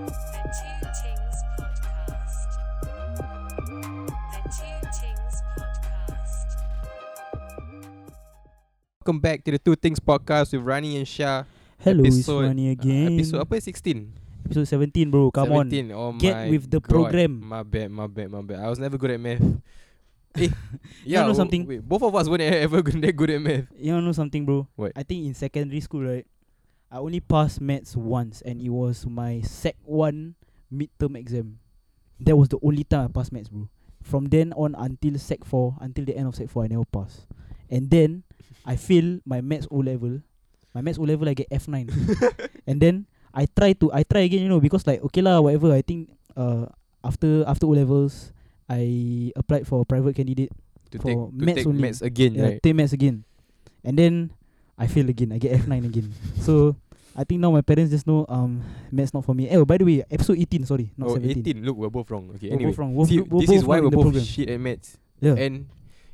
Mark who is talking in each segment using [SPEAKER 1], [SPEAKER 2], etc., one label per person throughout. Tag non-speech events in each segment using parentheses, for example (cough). [SPEAKER 1] Two Tings Podcast. The Two Tings Podcast.
[SPEAKER 2] Welcome back to the Two Things Podcast with Rani and Shah.
[SPEAKER 3] Hello,
[SPEAKER 2] Episode,
[SPEAKER 3] it's Rani again.
[SPEAKER 2] Uh, episode apa? 16?
[SPEAKER 3] Episode 17, bro. Come 17.
[SPEAKER 2] 17. Oh
[SPEAKER 3] on. Get
[SPEAKER 2] my
[SPEAKER 3] with the
[SPEAKER 2] God.
[SPEAKER 3] program.
[SPEAKER 2] My bad, my bad, my bad. I was never good at
[SPEAKER 3] (laughs)
[SPEAKER 2] math. Eh,
[SPEAKER 3] You know
[SPEAKER 2] w-
[SPEAKER 3] something?
[SPEAKER 2] Wait, both of us weren't e-, ever (laughs) good, that good at math.
[SPEAKER 3] (laughs) You wanna know something, bro?
[SPEAKER 2] What?
[SPEAKER 3] I think in secondary school, right, I only passed maths once, and it was my Sec 1 midterm exam. That was the only time I passed maths, bro. From then on until Sec 4, until the end of Sec 4, I never passed. And then I fail my maths O level. My maths O level, I get F9. and then I try to I try again, you know, because like okay lah, whatever. I think uh after after O levels, I applied for a private candidate.
[SPEAKER 2] To
[SPEAKER 3] For
[SPEAKER 2] take, to
[SPEAKER 3] maths
[SPEAKER 2] take
[SPEAKER 3] only.
[SPEAKER 2] maths again,
[SPEAKER 3] yeah,
[SPEAKER 2] right?
[SPEAKER 3] take maths again. And then I fail again. I get F9 again. So I think now my parents just know um maths not for me. Oh, by the way, episode 18, sorry, not
[SPEAKER 2] oh,
[SPEAKER 3] 17.
[SPEAKER 2] 18. Look, we're both wrong. Okay,
[SPEAKER 3] We're
[SPEAKER 2] anyway.
[SPEAKER 3] both wrong. We're
[SPEAKER 2] See,
[SPEAKER 3] bo- we're
[SPEAKER 2] this is
[SPEAKER 3] both
[SPEAKER 2] why
[SPEAKER 3] wrong
[SPEAKER 2] we're
[SPEAKER 3] in the
[SPEAKER 2] both
[SPEAKER 3] program.
[SPEAKER 2] shit at maths.
[SPEAKER 3] (laughs) Yeah.
[SPEAKER 2] And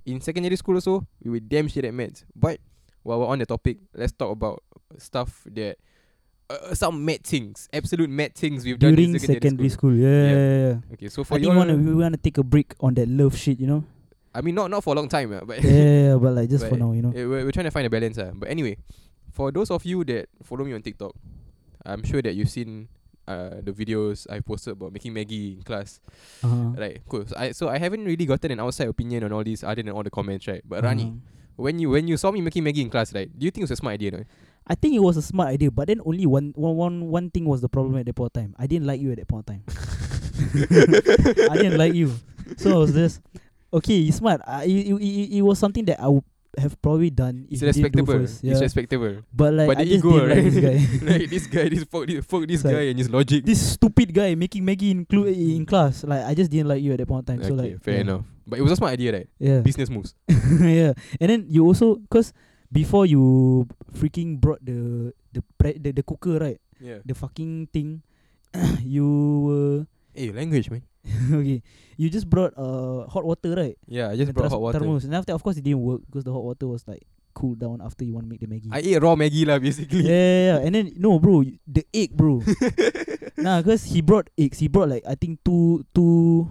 [SPEAKER 2] in secondary school also, we were damn shit at maths. But while we're on the topic, let's talk about stuff that uh, some mad things, absolute mad things we've done
[SPEAKER 3] During
[SPEAKER 2] in secondary,
[SPEAKER 3] secondary
[SPEAKER 2] school.
[SPEAKER 3] school. Yeah,
[SPEAKER 2] Yeah.
[SPEAKER 3] yeah, yeah.
[SPEAKER 2] Okay, so
[SPEAKER 3] I
[SPEAKER 2] for
[SPEAKER 3] think wanna,
[SPEAKER 2] you,
[SPEAKER 3] we wanna take a break on that love shit,
[SPEAKER 2] (laughs)
[SPEAKER 3] you know?
[SPEAKER 2] I mean not not for a long time, uh, but (laughs)
[SPEAKER 3] yeah, yeah, yeah, but like just for
[SPEAKER 2] But
[SPEAKER 3] now, you know.
[SPEAKER 2] Eh, we're, we're trying to find a balance, uh. But anyway, for those of you that follow me on TikTok, I'm sure that you've seen uh the videos I posted about making Maggie in class.
[SPEAKER 3] Uh-huh.
[SPEAKER 2] Right, cool. So I so I haven't really gotten an outside opinion on all these other than all the comments, right? But Rani,
[SPEAKER 3] Uh-huh.
[SPEAKER 2] When you when you saw me making Maggie in class, right? Do you think it's a smart idea? No?
[SPEAKER 3] I think it was a smart idea, but then only one one one one thing was the problem at that point of time. I didn't like you at that point of time. (laughs) I didn't like you, so I was just okay. It's smart. I it, it, it, it was something that I would have probably done if
[SPEAKER 2] It's
[SPEAKER 3] you didn't do
[SPEAKER 2] respectable.
[SPEAKER 3] first. Yeah.
[SPEAKER 2] It's respectable.
[SPEAKER 3] but like
[SPEAKER 2] but
[SPEAKER 3] I
[SPEAKER 2] the
[SPEAKER 3] just
[SPEAKER 2] ego,
[SPEAKER 3] didn't
[SPEAKER 2] right?
[SPEAKER 3] like this
[SPEAKER 2] (laughs)
[SPEAKER 3] guy.
[SPEAKER 2] like this guy, this fuck, this, fuck this
[SPEAKER 3] It's like-
[SPEAKER 2] guy and his logic.
[SPEAKER 3] this stupid guy making Maggie in, clu- in class. Like I just didn't like you at that point of time.
[SPEAKER 2] okay,
[SPEAKER 3] so like
[SPEAKER 2] fair
[SPEAKER 3] yeah.
[SPEAKER 2] enough. But it was a smart idea, right?
[SPEAKER 3] Yeah.
[SPEAKER 2] Business moves.
[SPEAKER 3] (laughs) yeah, and then you also cause before you freaking brought the the pre- the, the cooker right,
[SPEAKER 2] Yeah.
[SPEAKER 3] the fucking thing, (coughs) you were (laughs)
[SPEAKER 2] Hey, language, man.
[SPEAKER 3] okay, you just brought uh hot water right?
[SPEAKER 2] Yeah, I just
[SPEAKER 3] The
[SPEAKER 2] brought
[SPEAKER 3] thermos-
[SPEAKER 2] hot water.
[SPEAKER 3] Thermos. And after of course it didn't work because the hot water was like cooled down after you want to make the Maggie.
[SPEAKER 2] I ate raw Maggie lah,
[SPEAKER 3] (laughs) yeah,
[SPEAKER 2] basically.
[SPEAKER 3] yeah, yeah. and then no, bro, y- the
[SPEAKER 2] (laughs)
[SPEAKER 3] egg, bro. nah, because he brought eggs. He brought like I think two, two,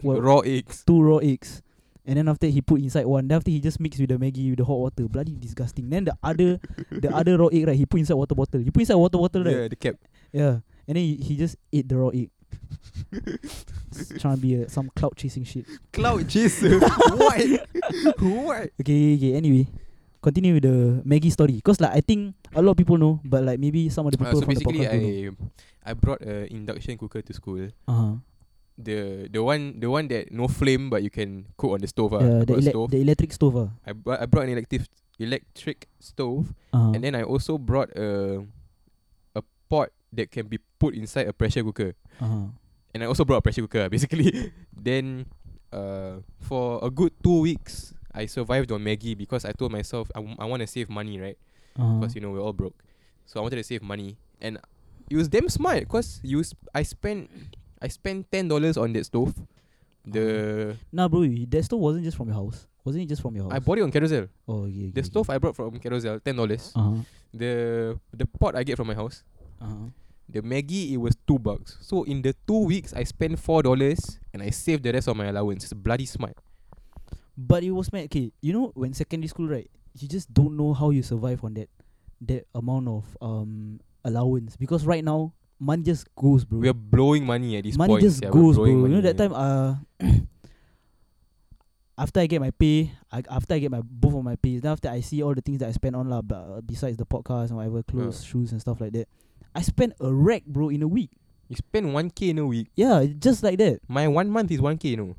[SPEAKER 3] what,
[SPEAKER 2] raw eggs.
[SPEAKER 3] two raw eggs, and then after that he put inside one. Then after he just mixed with the Maggie with the hot water. Bloody disgusting. Then the other, the other raw egg right, he put inside water bottle. He put inside water bottle
[SPEAKER 2] Yeah,
[SPEAKER 3] right.
[SPEAKER 2] the cap.
[SPEAKER 3] Yeah, and then he, he just ate the raw egg. (laughs) S- trying to be a, some cloud chasing shit.
[SPEAKER 2] Cloud
[SPEAKER 3] (laughs)
[SPEAKER 2] chaser. what? what?
[SPEAKER 3] Okay, okay. Anyway, continue with the Maggie story. Cause like I think a lot of people know, but like maybe some of the
[SPEAKER 2] Uh,
[SPEAKER 3] people
[SPEAKER 2] so
[SPEAKER 3] from the
[SPEAKER 2] basically,
[SPEAKER 3] podcast don't know.
[SPEAKER 2] I I brought a induction cooker to school.
[SPEAKER 3] Uh-huh.
[SPEAKER 2] The the one the one that no flame but you can cook on the stove. ah.
[SPEAKER 3] Yeah,
[SPEAKER 2] I
[SPEAKER 3] the,
[SPEAKER 2] brought a
[SPEAKER 3] ele-
[SPEAKER 2] stove.
[SPEAKER 3] the electric stove. ah.
[SPEAKER 2] I brought, I brought an elective electric stove
[SPEAKER 3] Uh-huh.
[SPEAKER 2] and then I also brought a a pot that can be put inside a pressure cooker.
[SPEAKER 3] uh-huh.
[SPEAKER 2] And I also brought a pressure cooker (laughs) ah, basically. then uh for a good 2 weeks I survived on Maggie because I told myself I, w- I want to save money, right?
[SPEAKER 3] Uh-huh.
[SPEAKER 2] Because you know we're all broke. So I wanted to save money and it was damn smart because you sp- I spent I spent $10 on that stove. The
[SPEAKER 3] Nah, bro, y- that stove wasn't just from your house. Wasn't it just from your house?
[SPEAKER 2] I bought it on Carousel.
[SPEAKER 3] oh, okay, okay,
[SPEAKER 2] The stove I brought from Carousel, $10.
[SPEAKER 3] Uh-huh.
[SPEAKER 2] The the pot I get from my house
[SPEAKER 3] Uh-huh.
[SPEAKER 2] The Maggie it was two bucks. So in the two weeks I spent four dollars and I saved the rest of my allowance. It's bloody smart.
[SPEAKER 3] But it was mad. Okay, you know when secondary school, right? You just don't know how you survive on that that amount of um allowance because right now money just goes, bro.
[SPEAKER 2] We are blowing money at this
[SPEAKER 3] money
[SPEAKER 2] point.
[SPEAKER 3] just
[SPEAKER 2] yeah, we're
[SPEAKER 3] goes, bro.
[SPEAKER 2] blowing
[SPEAKER 3] You know
[SPEAKER 2] money,
[SPEAKER 3] that
[SPEAKER 2] yeah.
[SPEAKER 3] time, uh, (coughs) after I get my pay, I, after I get my both of my pays, then after I see all the things that I spend on lah, but uh, besides the podcast and whatever, clothes, shoes and stuff like that, I spent a rack, bro, in a week.
[SPEAKER 2] you spend one K in a week.
[SPEAKER 3] Yeah, it- just like that.
[SPEAKER 2] My one month is one K, you know.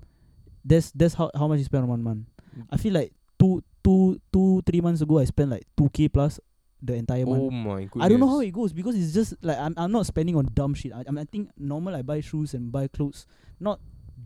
[SPEAKER 3] That's that's how how much you spend on one month.
[SPEAKER 2] Mm.
[SPEAKER 3] I feel like two two two three months ago, I spent like two k plus the entire
[SPEAKER 2] Oh
[SPEAKER 3] month.
[SPEAKER 2] my goodness.
[SPEAKER 3] I don't know how it goes because it's just like I'm I'm not spending on dumb shit. I, I, mean, I think normal I buy shoes and buy clothes, not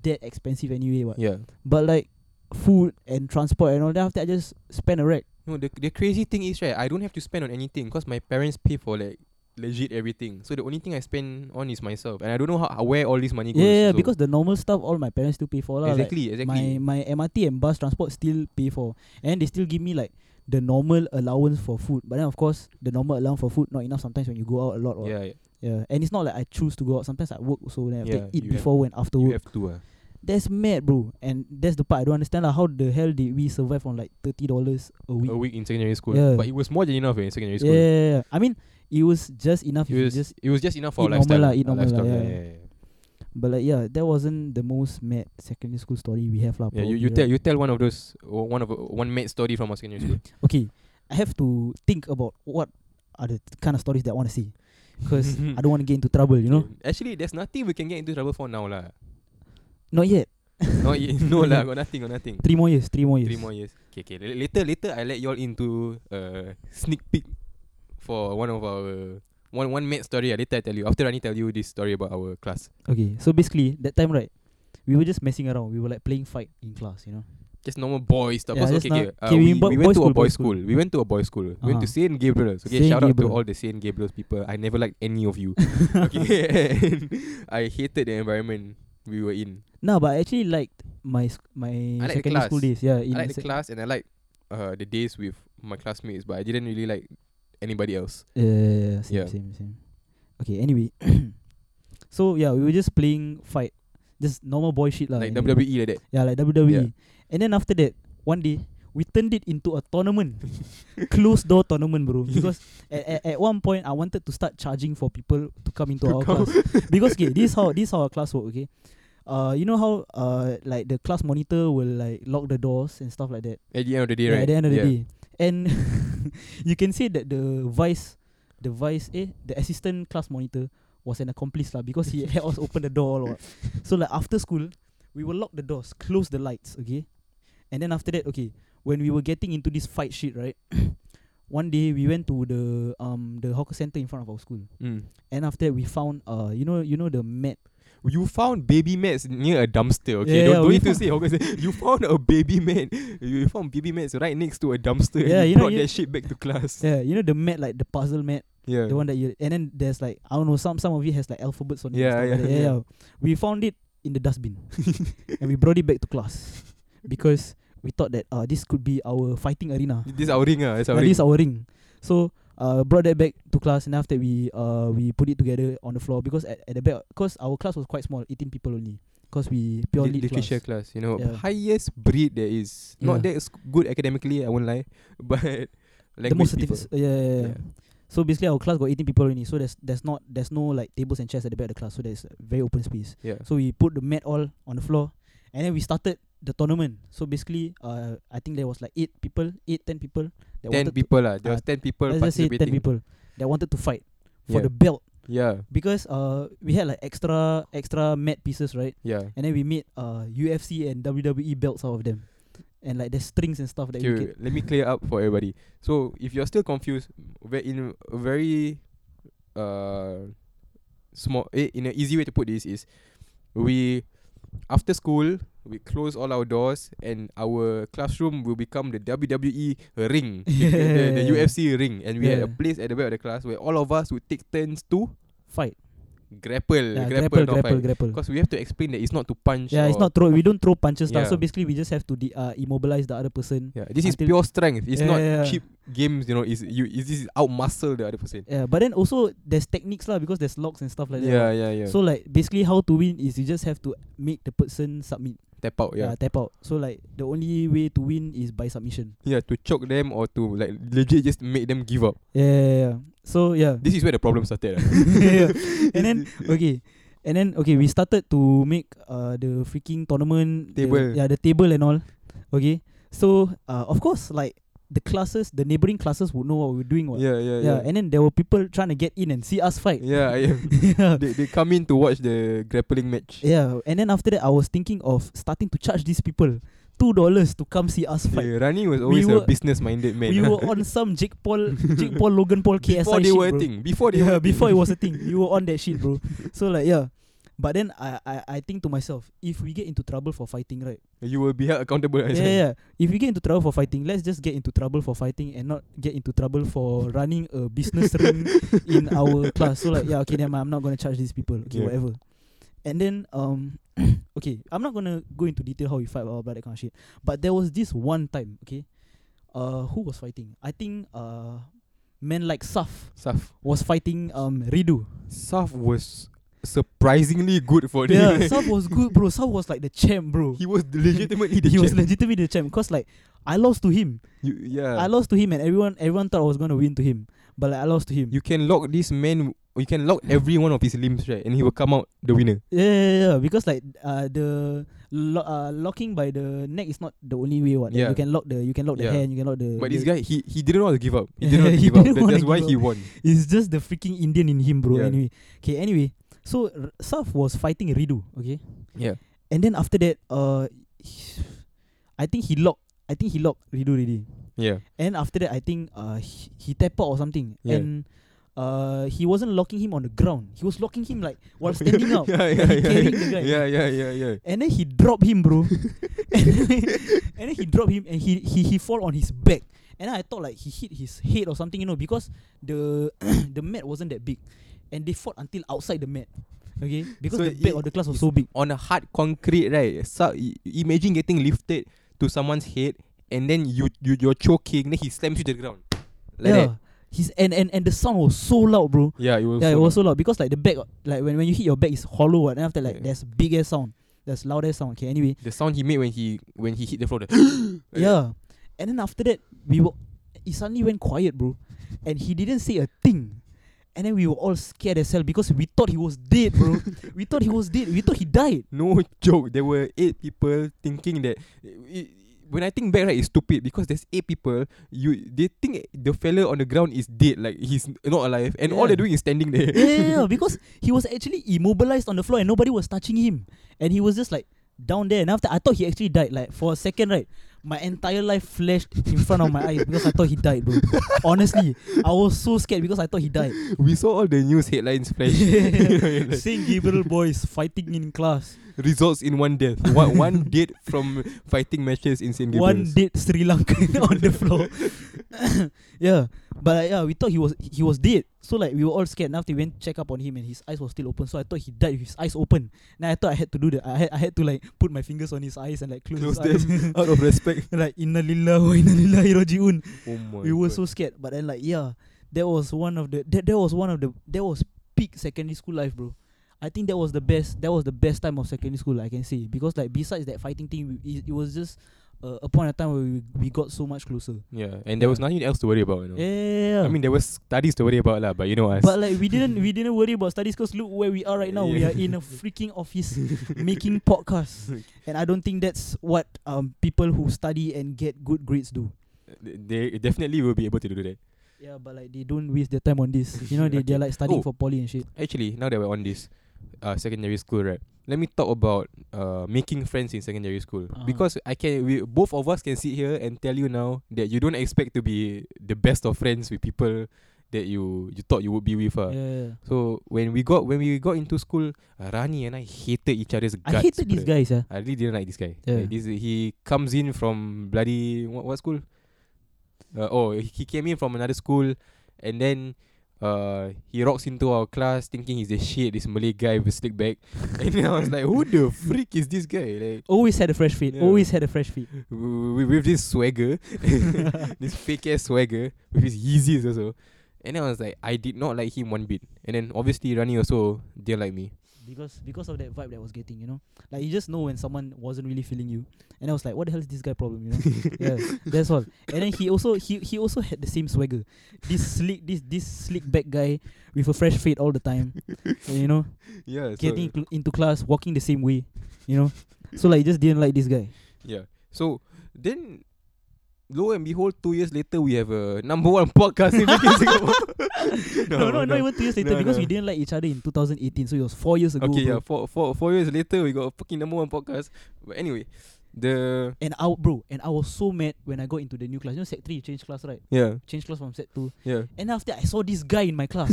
[SPEAKER 3] that expensive anyway. What?
[SPEAKER 2] Yeah.
[SPEAKER 3] But like food and transport and all that, after I just spend a rack.
[SPEAKER 2] No, the the crazy thing is right, I don't have to spend on anything because my parents pay for like legit everything. So the only thing I spend on is myself. And I don't know how where all this money goes.
[SPEAKER 3] Yeah, yeah,
[SPEAKER 2] so-
[SPEAKER 3] because the normal stuff all my parents still pay for lah. like
[SPEAKER 2] Exactly, exactly.
[SPEAKER 3] My my MRT and bus transport still pay for, and they still give me like the normal allowance for food. But then of course the normal allowance for food not enough sometimes when you go out a lot or
[SPEAKER 2] Yeah, yeah.
[SPEAKER 3] yeah. And it's not like I choose to go out. Sometimes I work so then I have
[SPEAKER 2] Yeah,
[SPEAKER 3] to eat
[SPEAKER 2] you
[SPEAKER 3] before and after
[SPEAKER 2] You
[SPEAKER 3] work.
[SPEAKER 2] have to. Uh.
[SPEAKER 3] That's mad bro. And that's the part I don't understand lah. how the hell did we survive on like thirty dollars a week?
[SPEAKER 2] A week in secondary school.
[SPEAKER 3] Yeah.
[SPEAKER 2] But it was more than enough eh, in secondary
[SPEAKER 3] yeah,
[SPEAKER 2] school.
[SPEAKER 3] yeah, yeah. I mean it was just enough if
[SPEAKER 2] It
[SPEAKER 3] you
[SPEAKER 2] was,
[SPEAKER 3] just
[SPEAKER 2] just, it was just enough for
[SPEAKER 3] eat
[SPEAKER 2] our
[SPEAKER 3] normal
[SPEAKER 2] lifestyle.
[SPEAKER 3] lah,
[SPEAKER 2] our
[SPEAKER 3] eat normal lah,
[SPEAKER 2] lifestyle.
[SPEAKER 3] yeah,
[SPEAKER 2] yeah,
[SPEAKER 3] yeah.
[SPEAKER 2] yeah, yeah.
[SPEAKER 3] But like yeah, that wasn't the most mad secondary school story we have lah.
[SPEAKER 2] Yeah, you,
[SPEAKER 3] probably,
[SPEAKER 2] you
[SPEAKER 3] right?
[SPEAKER 2] tell you tell one of those or one of one mate story from our secondary school.
[SPEAKER 3] Okay, I have to think about what are the kind of stories that I want to see,
[SPEAKER 2] (laughs)
[SPEAKER 3] because I don't want to get into trouble. You know,
[SPEAKER 2] Actually, there's nothing we can get into trouble for now lah.
[SPEAKER 3] not yet.
[SPEAKER 2] no, y- (laughs) no lah. Got nothing. Got nothing.
[SPEAKER 3] Three more years. Three more years.
[SPEAKER 2] Three more years. Okay, okay. la- Later, later, I let y'all into a uh, sneak peek for one of our one one mate story. ah. Later, I tell you. After Rani tell you this story about our class,
[SPEAKER 3] Okay, so basically that time right, we were just messing around. We were like playing fight in class. You know.
[SPEAKER 2] just normal boy stuff.
[SPEAKER 3] Yeah,
[SPEAKER 2] Cause,
[SPEAKER 3] just
[SPEAKER 2] okay, okay.
[SPEAKER 3] now-
[SPEAKER 2] Uh,
[SPEAKER 3] okay,
[SPEAKER 2] we,
[SPEAKER 3] we bo-
[SPEAKER 2] we went to a
[SPEAKER 3] boys school,
[SPEAKER 2] boy
[SPEAKER 3] boys
[SPEAKER 2] school.
[SPEAKER 3] school.
[SPEAKER 2] We went to a boy school. We went to
[SPEAKER 3] Uh-huh.
[SPEAKER 2] Saint Gabriel's. Okay,
[SPEAKER 3] Saint
[SPEAKER 2] shout out
[SPEAKER 3] Gabriel.
[SPEAKER 2] to all the Saint Gabriel's people. I never liked any of
[SPEAKER 3] (laughs)
[SPEAKER 2] you. (laughs) okay, and (laughs) I hated the environment we were in.
[SPEAKER 3] No, but I actually liked my sc- my
[SPEAKER 2] I like the
[SPEAKER 3] secondary school
[SPEAKER 2] class.
[SPEAKER 3] days. Yeah, in
[SPEAKER 2] I liked the
[SPEAKER 3] sec-
[SPEAKER 2] class and I liked uh, the days with my classmates, but I didn't really like anybody else.
[SPEAKER 3] Yeah, same,
[SPEAKER 2] Yeah.
[SPEAKER 3] same, same. Okay, anyway. (coughs) so yeah, we were just playing fight, just normal boy shit lah.
[SPEAKER 2] like E
[SPEAKER 3] anyway.
[SPEAKER 2] WWE like that.
[SPEAKER 3] Yeah, like WWE.
[SPEAKER 2] Yeah.
[SPEAKER 3] And then after that, one day we turned it into a tournament,
[SPEAKER 2] (laughs)
[SPEAKER 3] closed door tournament, bro. Because at, at, at one point I wanted to start charging for people to come into
[SPEAKER 2] To
[SPEAKER 3] our
[SPEAKER 2] come.
[SPEAKER 3] class.
[SPEAKER 2] (laughs)
[SPEAKER 3] because okay, this how this how our class work. Okay, uh, you know how uh like the class monitor will like lock the doors and stuff like that.
[SPEAKER 2] At the end of the day,
[SPEAKER 3] Yeah,
[SPEAKER 2] right?
[SPEAKER 3] At the end of the
[SPEAKER 2] Yeah.
[SPEAKER 3] day, and (laughs) you can say that the vice, the vice, eh, the assistant class monitor was an accomplice lah because he (laughs) had us open the door or what. So like after school, we will lock the doors, close the lights, okay, and then after that, okay, when we were getting into this fight shit, right? (coughs) one day we went to the um the hawker center in front of our school,
[SPEAKER 2] Mm.
[SPEAKER 3] and after that we found uh you know you know the mat
[SPEAKER 2] You found baby mats near a dumpster, okay?
[SPEAKER 3] Yeah,
[SPEAKER 2] don't
[SPEAKER 3] yeah,
[SPEAKER 2] don't
[SPEAKER 3] we
[SPEAKER 2] need to
[SPEAKER 3] found-
[SPEAKER 2] say hawker cen- You found a baby mat. You found baby mats right next to a dumpster and you
[SPEAKER 3] Yeah, you know,
[SPEAKER 2] brought
[SPEAKER 3] you-
[SPEAKER 2] that shit back to class.
[SPEAKER 3] yeah you know the mat like the puzzle mat
[SPEAKER 2] Yeah.
[SPEAKER 3] the one that you and then there's like I don't know some some of it has like alphabets on it. and
[SPEAKER 2] Yeah,
[SPEAKER 3] stuff
[SPEAKER 2] yeah,
[SPEAKER 3] like that.
[SPEAKER 2] yeah.
[SPEAKER 3] We found it in the
[SPEAKER 2] (laughs)
[SPEAKER 3] dustbin, and we brought it back to class because we thought that uh this could be our fighting arena.
[SPEAKER 2] This our ring, ah. This our
[SPEAKER 3] Yeah,
[SPEAKER 2] ring.
[SPEAKER 3] This is our ring. So uh brought that back to class, and after we uh we put it together on the floor because at, at the back because our class was quite small, eighteen people only. Because we purely
[SPEAKER 2] Lit-
[SPEAKER 3] class.
[SPEAKER 2] literature class. you know,
[SPEAKER 3] Yeah.
[SPEAKER 2] highest breed there is. Not
[SPEAKER 3] Yeah.
[SPEAKER 2] that sc- good academically, I won't lie, (laughs) but
[SPEAKER 3] the
[SPEAKER 2] language
[SPEAKER 3] most
[SPEAKER 2] people.
[SPEAKER 3] certific- yeah, yeah, yeah, yeah.
[SPEAKER 2] Yeah.
[SPEAKER 3] So basically, our class got eighteen people only. So there's there's not there's no like tables and chairs at the back of the class. So there's very open space.
[SPEAKER 2] Yeah.
[SPEAKER 3] So we put the mat all on the floor, and then we started the tournament. So basically, uh, I think there was like eight people, eight ten people that
[SPEAKER 2] ten
[SPEAKER 3] wanted
[SPEAKER 2] people lah. There
[SPEAKER 3] uh,
[SPEAKER 2] was ten people
[SPEAKER 3] To, let's just say
[SPEAKER 2] participating.
[SPEAKER 3] ten people that wanted to fight for
[SPEAKER 2] Yeah.
[SPEAKER 3] the belt
[SPEAKER 2] Yeah,
[SPEAKER 3] because uh we had like extra extra mat pieces right,
[SPEAKER 2] yeah.
[SPEAKER 3] and then we made uh UFC and WWE belts out of them, and like there's strings and stuff that
[SPEAKER 2] Okay,
[SPEAKER 3] you
[SPEAKER 2] wait,
[SPEAKER 3] can.
[SPEAKER 2] wait, let me clear up for everybody. So if you're still confused, we're in a very uh small eh, in an easy way to put this is we after school we close all our doors and our classroom will become the WWE
[SPEAKER 3] (laughs)
[SPEAKER 2] ring, the- the, the, the
[SPEAKER 3] Yeah.
[SPEAKER 2] UFC ring, and we had a
[SPEAKER 3] Yeah.
[SPEAKER 2] place at the back of the class where all of us would take turns to
[SPEAKER 3] Fight,
[SPEAKER 2] grapple,
[SPEAKER 3] yeah,
[SPEAKER 2] Uh, grapple,
[SPEAKER 3] grapple,
[SPEAKER 2] not
[SPEAKER 3] grapple, grapple.
[SPEAKER 2] Because we have to explain that it's not to punch.
[SPEAKER 3] Yeah, it's
[SPEAKER 2] or-
[SPEAKER 3] not throw. We don't throw punches
[SPEAKER 2] Yeah.
[SPEAKER 3] lah. So basically, we just have to de- uh, immobilize the other person.
[SPEAKER 2] Yeah, this is
[SPEAKER 3] Until-
[SPEAKER 2] pure strength. It's not
[SPEAKER 3] Yeah, yeah, yeah.
[SPEAKER 2] cheap games. You know, is you is this is out muscle the other person.
[SPEAKER 3] Yeah, but then also there's techniques lah because there's locks and stuff like that.
[SPEAKER 2] yeah, yeah, yeah.
[SPEAKER 3] So like basically, how to win is you just have to make the person submit.
[SPEAKER 2] tap out. Oh, Yeah.
[SPEAKER 3] Yeah, tap out. So like the only way to win is by submission.
[SPEAKER 2] yeah, to choke them or to like legit just make them give up.
[SPEAKER 3] Yeah, yeah, yeah.
[SPEAKER 2] (laughs)
[SPEAKER 3] So yeah. (laughs)
[SPEAKER 2] This is where the problem started. ah.
[SPEAKER 3] yeah. And then okay. And then okay, we started to make uh the freaking tournament the-
[SPEAKER 2] Table.
[SPEAKER 3] yeah, the table and all. Okay. So uh of course like the classes, the neighboring classes would know what we were doing. What.
[SPEAKER 2] yeah, yeah,
[SPEAKER 3] yeah,
[SPEAKER 2] yeah.
[SPEAKER 3] and then there were people trying to get in and see us fight.
[SPEAKER 2] yeah, yeah.
[SPEAKER 3] (laughs) yeah.
[SPEAKER 2] they they come in to watch the grappling match.
[SPEAKER 3] Yeah, and then after that, I was thinking of starting to charge these people two dollars to come see us fight.
[SPEAKER 2] Yeah, Rani was always
[SPEAKER 3] We
[SPEAKER 2] a
[SPEAKER 3] were-
[SPEAKER 2] business-minded man.
[SPEAKER 3] We
[SPEAKER 2] ah.
[SPEAKER 3] were on some Jake Paul, Jake Paul, Logan Paul,
[SPEAKER 2] (laughs)
[SPEAKER 3] KSI
[SPEAKER 2] before they
[SPEAKER 3] shit,
[SPEAKER 2] were a
[SPEAKER 3] bro.
[SPEAKER 2] thing. Before they
[SPEAKER 3] yeah,
[SPEAKER 2] were a
[SPEAKER 3] before it
[SPEAKER 2] thing.
[SPEAKER 3] was a thing, you were on that shit, bro. so like, yeah. But then I, I, I think to myself, if we get into trouble for fighting, right?
[SPEAKER 2] (laughs) you will be held accountable.
[SPEAKER 3] Yeah, yeah, yeah. If we get into trouble for fighting, let's just get into trouble for fighting and not get into trouble for running
[SPEAKER 2] (laughs)
[SPEAKER 3] a business ring in our class. So like, yeah, okay, then I'm not gonna charge these people. Okay,
[SPEAKER 2] Yeah.
[SPEAKER 3] whatever. And then um, (coughs) okay, I'm not gonna go into detail how we fight, blah blah, blah that kind of shit. But there was this one time, okay, uh who was fighting? I think uh men like Saf
[SPEAKER 2] Saf.
[SPEAKER 3] was fighting um Ridu.
[SPEAKER 2] Saf was surprisingly good for this. (laughs)
[SPEAKER 3] Yeah, Saf was good, bro. Saf was like the champ, bro.
[SPEAKER 2] he was legitimately the
[SPEAKER 3] (laughs) he was
[SPEAKER 2] champ.
[SPEAKER 3] legitimately the champ because like I lost to him.
[SPEAKER 2] You, yeah.
[SPEAKER 3] I lost to him, and everyone everyone thought I was gonna win to him, but like, I lost to him.
[SPEAKER 2] you can lock this man. You can lock every one of his limbs, right? And he will come out the winner.
[SPEAKER 3] yeah, yeah, yeah, because like uh the lo- uh, locking by the neck is not the only way. What like,
[SPEAKER 2] Yeah.
[SPEAKER 3] you can lock the you can lock the
[SPEAKER 2] Yeah.
[SPEAKER 3] hand, you can lock the.
[SPEAKER 2] But
[SPEAKER 3] the-
[SPEAKER 2] this guy, he he didn't want to give up. He didn't want to
[SPEAKER 3] (laughs) He
[SPEAKER 2] give up.
[SPEAKER 3] didn't
[SPEAKER 2] That-
[SPEAKER 3] wanna
[SPEAKER 2] that's why
[SPEAKER 3] give
[SPEAKER 2] he won.
[SPEAKER 3] It's just the freaking Indian in him, bro.
[SPEAKER 2] Yeah.
[SPEAKER 3] Anyway, okay. Anyway, so R- Saf was fighting Ridu, okay,
[SPEAKER 2] Yeah.
[SPEAKER 3] and then after that, uh, he- I think he locked. I think he locked Ridu already.
[SPEAKER 2] Yeah.
[SPEAKER 3] And after that, I think uh he, he tap out or something,
[SPEAKER 2] Yeah.
[SPEAKER 3] and uh he wasn't locking him on the ground. He was locking him like
[SPEAKER 2] (laughs)
[SPEAKER 3] while standing up.
[SPEAKER 2] yeah, yeah,
[SPEAKER 3] like, he
[SPEAKER 2] yeah,
[SPEAKER 3] carrying the guy.
[SPEAKER 2] yeah, yeah, yeah, yeah.
[SPEAKER 3] And then he dropped him,
[SPEAKER 2] (laughs)
[SPEAKER 3] bro. and, then, and then he dropped him, and he he he fall on his back. And then I thought like he hit his head or something, you know, because the (coughs) the mat wasn't that big, and they fought until outside the mat. Okay, because
[SPEAKER 2] So
[SPEAKER 3] the back
[SPEAKER 2] it-
[SPEAKER 3] of the class was
[SPEAKER 2] it's
[SPEAKER 3] so big.
[SPEAKER 2] On a hard concrete, right? So i- imagine getting lifted to someone's head, and then you you you're choking. Then he slams you to the ground. Like
[SPEAKER 3] yeah,
[SPEAKER 2] that.
[SPEAKER 3] his and, and and the sound was so loud, bro.
[SPEAKER 2] Yeah, it was.
[SPEAKER 3] yeah,
[SPEAKER 2] so
[SPEAKER 3] it was
[SPEAKER 2] loud.
[SPEAKER 3] so loud because like the back, o- like when, when you hit your back, it's hollow. What and after like
[SPEAKER 2] Yeah.
[SPEAKER 3] there's big ass sound, there's loud ass sound. Okay, anyway,
[SPEAKER 2] the sound he made when he when he hit the floor. the Okay.
[SPEAKER 3] yeah, and then after that we were, it suddenly went quiet, bro, and he didn't say a thing, and then we were all scared as hell because we thought he was dead, bro. we thought he was dead. We thought he died.
[SPEAKER 2] No (laughs) joke. There were eight people thinking that. i when I think back, right, it's stupid because there's eight people. You they think the fella on the ground is dead, like he's not alive, and all
[SPEAKER 3] Yeah.
[SPEAKER 2] they're doing is standing there.
[SPEAKER 3] yeah, yeah,
[SPEAKER 2] (laughs)
[SPEAKER 3] yeah, because he was actually immobilized on the floor and nobody was touching him, and he was just like down there. And after I thought he actually died, like for a second, right. My entire life flashed in front of my eyes because I thought he
[SPEAKER 2] (laughs)
[SPEAKER 3] died, bro. (laughs) Honestly, I was so scared because I thought he died.
[SPEAKER 2] we saw all the news headlines
[SPEAKER 3] (laughs)
[SPEAKER 2] flash. (laughs) Like,
[SPEAKER 3] Saint Gabriel boys fighting in class.
[SPEAKER 2] results in one death. One, one dead from fighting matches in St.
[SPEAKER 3] One
[SPEAKER 2] Gabriel's.
[SPEAKER 3] dead Sri Lankan (laughs) on the floor. yeah, but uh, yeah, we thought he was he was dead. So like we were all scared. And after we went check up on him and his eyes were still open. So I thought he died with his eyes open. And I thought I had to do that. I had, I had to like put my fingers on his eyes and like close,
[SPEAKER 2] Close
[SPEAKER 3] his
[SPEAKER 2] them
[SPEAKER 3] eyes.
[SPEAKER 2] (laughs) out of respect.
[SPEAKER 3] (laughs) like inna lillahi wa inna ilaihi rajiun.
[SPEAKER 2] Oh my
[SPEAKER 3] (laughs) we were so
[SPEAKER 2] God.
[SPEAKER 3] scared. But then like yeah, that was one of the that, that was one of the that was peak secondary school life, bro. I think that was the best that was the best time of secondary school I can say because like besides that fighting thing, we, it, it was just uh, a point of time where we, we got so much closer.
[SPEAKER 2] Yeah, and there was nothing else to worry about. You know?
[SPEAKER 3] Yeah.
[SPEAKER 2] I mean, there was studies to worry about, lah. But you know us.
[SPEAKER 3] (laughs) But (laughs) like we didn't we didn't worry about studies because look where we are right now. We
[SPEAKER 2] Yeah.
[SPEAKER 3] are in a freaking office (laughs) making
[SPEAKER 2] (laughs)
[SPEAKER 3] podcasts, and I don't think that's what um people who study and get good grades do.
[SPEAKER 2] (laughs) they definitely will be able to do that.
[SPEAKER 3] Yeah, but like they don't waste their time on this. You know,
[SPEAKER 2] (laughs)
[SPEAKER 3] they they're like studying
[SPEAKER 2] Oh.
[SPEAKER 3] for poly and shit.
[SPEAKER 2] Actually, now that we're on this uh, secondary school, right? Let me talk about uh, making friends in secondary school
[SPEAKER 3] Uh-huh.
[SPEAKER 2] because I can. We both of us can sit here and tell you now that you don't expect to be the best of friends with people that you you thought you would be with. Uh.
[SPEAKER 3] Yeah, yeah. yeah.
[SPEAKER 2] So when we got when we got into school, Rani and I hated each other's guts.
[SPEAKER 3] I hated these
[SPEAKER 2] bruh.
[SPEAKER 3] guys, eh. yeah.
[SPEAKER 2] I really didn't like this guy.
[SPEAKER 3] Yeah.
[SPEAKER 2] Like, this he comes in from bloody what, what school? Uh, oh, he came in from another school, and then uh he rocks into our class thinking he's a shit. This Malay guy with a slick back, (laughs) and then I was like, who the freak is this guy? Like
[SPEAKER 3] Always had a fresh feet.
[SPEAKER 2] Yeah.
[SPEAKER 3] Always had a fresh
[SPEAKER 2] (laughs)
[SPEAKER 3] feet.
[SPEAKER 2] with, with this swagger, (laughs) this fake ass swagger with his Yeezys also. And then I was like, I did not like him one bit. And then obviously Rani also didn't like me.
[SPEAKER 3] Because because of that vibe that I was getting, you know? Like you just know when someone wasn't really feeling you. And I was like, what the hell is this guy problem, you know?
[SPEAKER 2] (laughs)
[SPEAKER 3] yeah. That's all. And then he also he he also had the same swagger. This slick this this slick back guy with a fresh fade all
[SPEAKER 2] (laughs)
[SPEAKER 3] the time. you know,
[SPEAKER 2] Yeah. so-
[SPEAKER 3] getting cl- into class, walking the same way, you know. So like just didn't like this
[SPEAKER 2] (laughs)
[SPEAKER 3] guy.
[SPEAKER 2] Yeah. So then lo and behold, two years later we have a number one (laughs) podcast in freaking Singapore.
[SPEAKER 3] (laughs) No, no, not even two years later
[SPEAKER 2] No,
[SPEAKER 3] because
[SPEAKER 2] no.
[SPEAKER 3] we didn't like each other in 2018, so it was four years ago.
[SPEAKER 2] Okay, yeah.
[SPEAKER 3] bro.
[SPEAKER 2] Four, four, four years later we got a fucking number one podcast. But anyway, the
[SPEAKER 3] And I bro, and I was so mad when I got into the new class. You know, set three you change class, right?
[SPEAKER 2] yeah,
[SPEAKER 3] Change class from set two.
[SPEAKER 2] yeah.
[SPEAKER 3] And after I saw this guy in my class,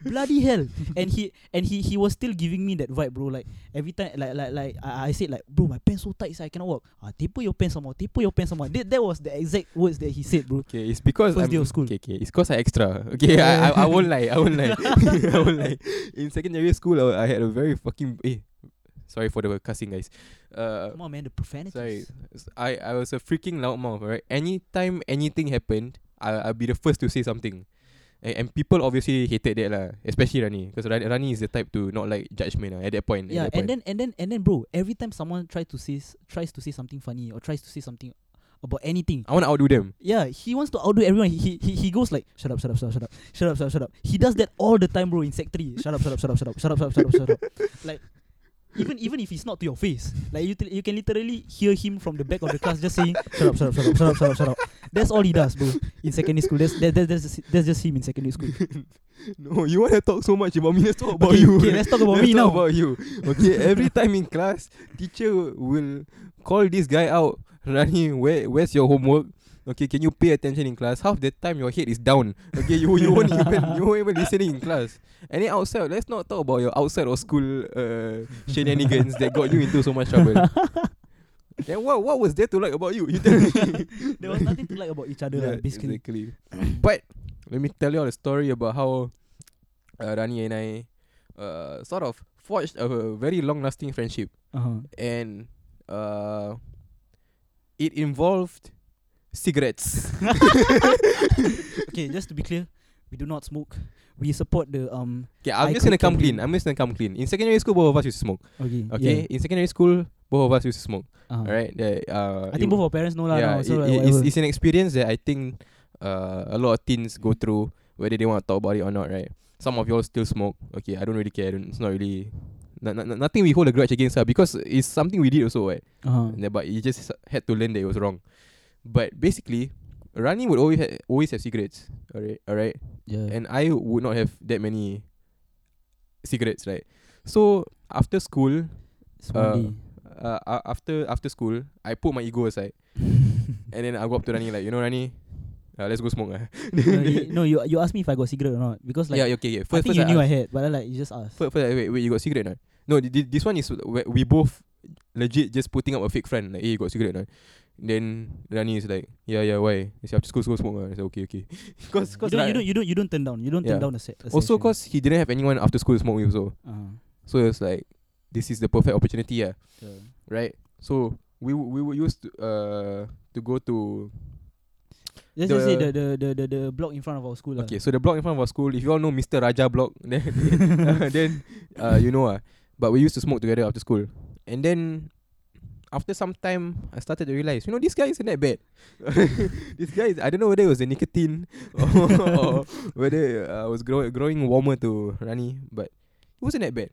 [SPEAKER 3] bloody hell! And he and he he was still giving me that vibe, bro. Like every time, like like like I, I said, like bro, my pants so tight, so I cannot walk. Ah, taper your pants some more, taper your pants some more. That, that was the exact words that he said, bro.
[SPEAKER 2] Okay, it's because
[SPEAKER 3] First
[SPEAKER 2] I'm,
[SPEAKER 3] day of school.
[SPEAKER 2] Okay, okay, it's because I extra. Okay, I, I, I (laughs)
[SPEAKER 3] (laughs)
[SPEAKER 2] won't lie. I won't lie. I won't lie. In secondary school, I, I had a very fucking eh, Sorry for the cussing, guys. Uh,
[SPEAKER 3] Come on, man, the profanities.
[SPEAKER 2] Sorry, s- I I was a freaking loudmouth, right? Anytime anything happened, I I'll be the first to say something, and, and people obviously hated that lah, especially Rani, because Rani, Rani is the type to not like judgment lah, at that point.
[SPEAKER 3] Yeah,
[SPEAKER 2] at that point.
[SPEAKER 3] and then and then and then, bro, every time someone tries to say s- tries to say something funny or tries to say something about anything,
[SPEAKER 2] I want to outdo them.
[SPEAKER 3] yeah, he wants to outdo everyone. He he- he he goes like, shut up, shut up, shut up, shut up, shut up, shut up, shut up. He does that all the time, bro. In sec three, shut up, shut up, shut up, shut up, shut up, shut up, shut up, shut up. Like, even even if it's not to your face, like you tel- you can literally hear him from the back of the class just saying, shut up, shut up, shut up, shut up, shut up, shut up. That's all he does, bro. In secondary school, that's that, that, that's just, that's just him in
[SPEAKER 2] (laughs)
[SPEAKER 3] secondary school.
[SPEAKER 2] (laughs) No, you want to talk so much about me. Let's talk about
[SPEAKER 3] Okay,
[SPEAKER 2] you.
[SPEAKER 3] okay, let's talk about
[SPEAKER 2] (laughs) Let's
[SPEAKER 3] me
[SPEAKER 2] talk
[SPEAKER 3] now.
[SPEAKER 2] About you. Okay, every time in class, teacher will call this guy out. Rani, where where's your homework? Okay, can you pay attention in class? Half the time your head is down. Okay, you you won't even (laughs) you won't even listening in class. And then outside, let's not talk about your outside of school uh, shenanigans that got you into so much
[SPEAKER 3] (laughs)
[SPEAKER 2] trouble. Then what what was there to like about you? You tell me.
[SPEAKER 3] There
[SPEAKER 2] (laughs)
[SPEAKER 3] was nothing to like about each other, lah, basically. (clears throat)
[SPEAKER 2] Exactly. but let me tell you all a story about how uh, Rani and I uh, sort of forged a very long-lasting friendship,
[SPEAKER 3] Uh-huh.
[SPEAKER 2] and uh, it involved
[SPEAKER 3] (laughs)
[SPEAKER 2] cigarettes.
[SPEAKER 3] Okay, just to be clear, we do not smoke. We support the um.
[SPEAKER 2] Okay, I'm
[SPEAKER 3] I
[SPEAKER 2] just gonna
[SPEAKER 3] quit
[SPEAKER 2] come clean.
[SPEAKER 3] completely.
[SPEAKER 2] I'm just gonna come clean. In secondary school, both of us used to smoke.
[SPEAKER 3] Okay.
[SPEAKER 2] Okay, in secondary school, both of us used to smoke.
[SPEAKER 3] Yeah, uh-huh.
[SPEAKER 2] All right. Uh,
[SPEAKER 3] I think both our parents know lah.
[SPEAKER 2] yeah,
[SPEAKER 3] now, so
[SPEAKER 2] it- it-
[SPEAKER 3] like,
[SPEAKER 2] it's,
[SPEAKER 3] whatever.
[SPEAKER 2] it's an experience that I think uh, a lot of teens go through, whether they want to talk about it or not, right? Some of y'all still smoke. Okay, I don't really care. I don't, it's not really. No, no, no- nothing we hold a grudge against her because it's something we did also, right? And
[SPEAKER 3] uh-huh.
[SPEAKER 2] then- But you just had to learn that it was wrong. But basically, Rani would always ha- always have cigarettes, alright, alright,
[SPEAKER 3] yeah.
[SPEAKER 2] and I would not have that many cigarettes, right? So after school,
[SPEAKER 3] It's
[SPEAKER 2] uh, (laughs)
[SPEAKER 3] one
[SPEAKER 2] uh, a- after after school, I put my ego aside.
[SPEAKER 3] (laughs)
[SPEAKER 2] And then I go up to Rani like, you know Rani, uh, let's go smoke. ah."
[SPEAKER 3] day. no, you, no, you you asked me if I got cigarette or not because like
[SPEAKER 2] (laughs) yeah, okay, okay.
[SPEAKER 3] I
[SPEAKER 2] First,
[SPEAKER 3] think
[SPEAKER 2] first,
[SPEAKER 3] you knew I
[SPEAKER 2] asked-
[SPEAKER 3] had, but I like you just asked.
[SPEAKER 2] fir- first I- wait, wait, you got cigarette or not? No, thi- thi- this one is where we both legit just putting up a fake friend like, hey, you got cigarette or not? Then Rani is like, yeah, yeah, why? He said, after school, go smoke. ah." I said, okay, okay. (laughs) Cause,
[SPEAKER 3] you
[SPEAKER 2] cause
[SPEAKER 3] don't,
[SPEAKER 2] Ra-
[SPEAKER 3] you don't you don't you don't turn down. You don't
[SPEAKER 2] Yeah.
[SPEAKER 3] turn down the set.
[SPEAKER 2] also, cause he didn't have anyone after school to smoke with, so
[SPEAKER 3] Uh,
[SPEAKER 2] so it was like, this is the perfect opportunity, yeah,
[SPEAKER 3] yeah.
[SPEAKER 2] right? So we w- we were used to uh to go to
[SPEAKER 3] Let's just say
[SPEAKER 2] The-
[SPEAKER 3] the the, the the the block in front of our school. lah.
[SPEAKER 2] Okay, so the block in front of our school, if you all know Mr. Raja block, (laughs) then then uh, you know ah. But we used to smoke together after school. And then after some time I started to realise, you know, this guy isn't that bad. (laughs) this guy is I don't know whether it was the nicotine (laughs) or, or whether uh, I was grow- growing warmer to Rani, but it wasn't that bad.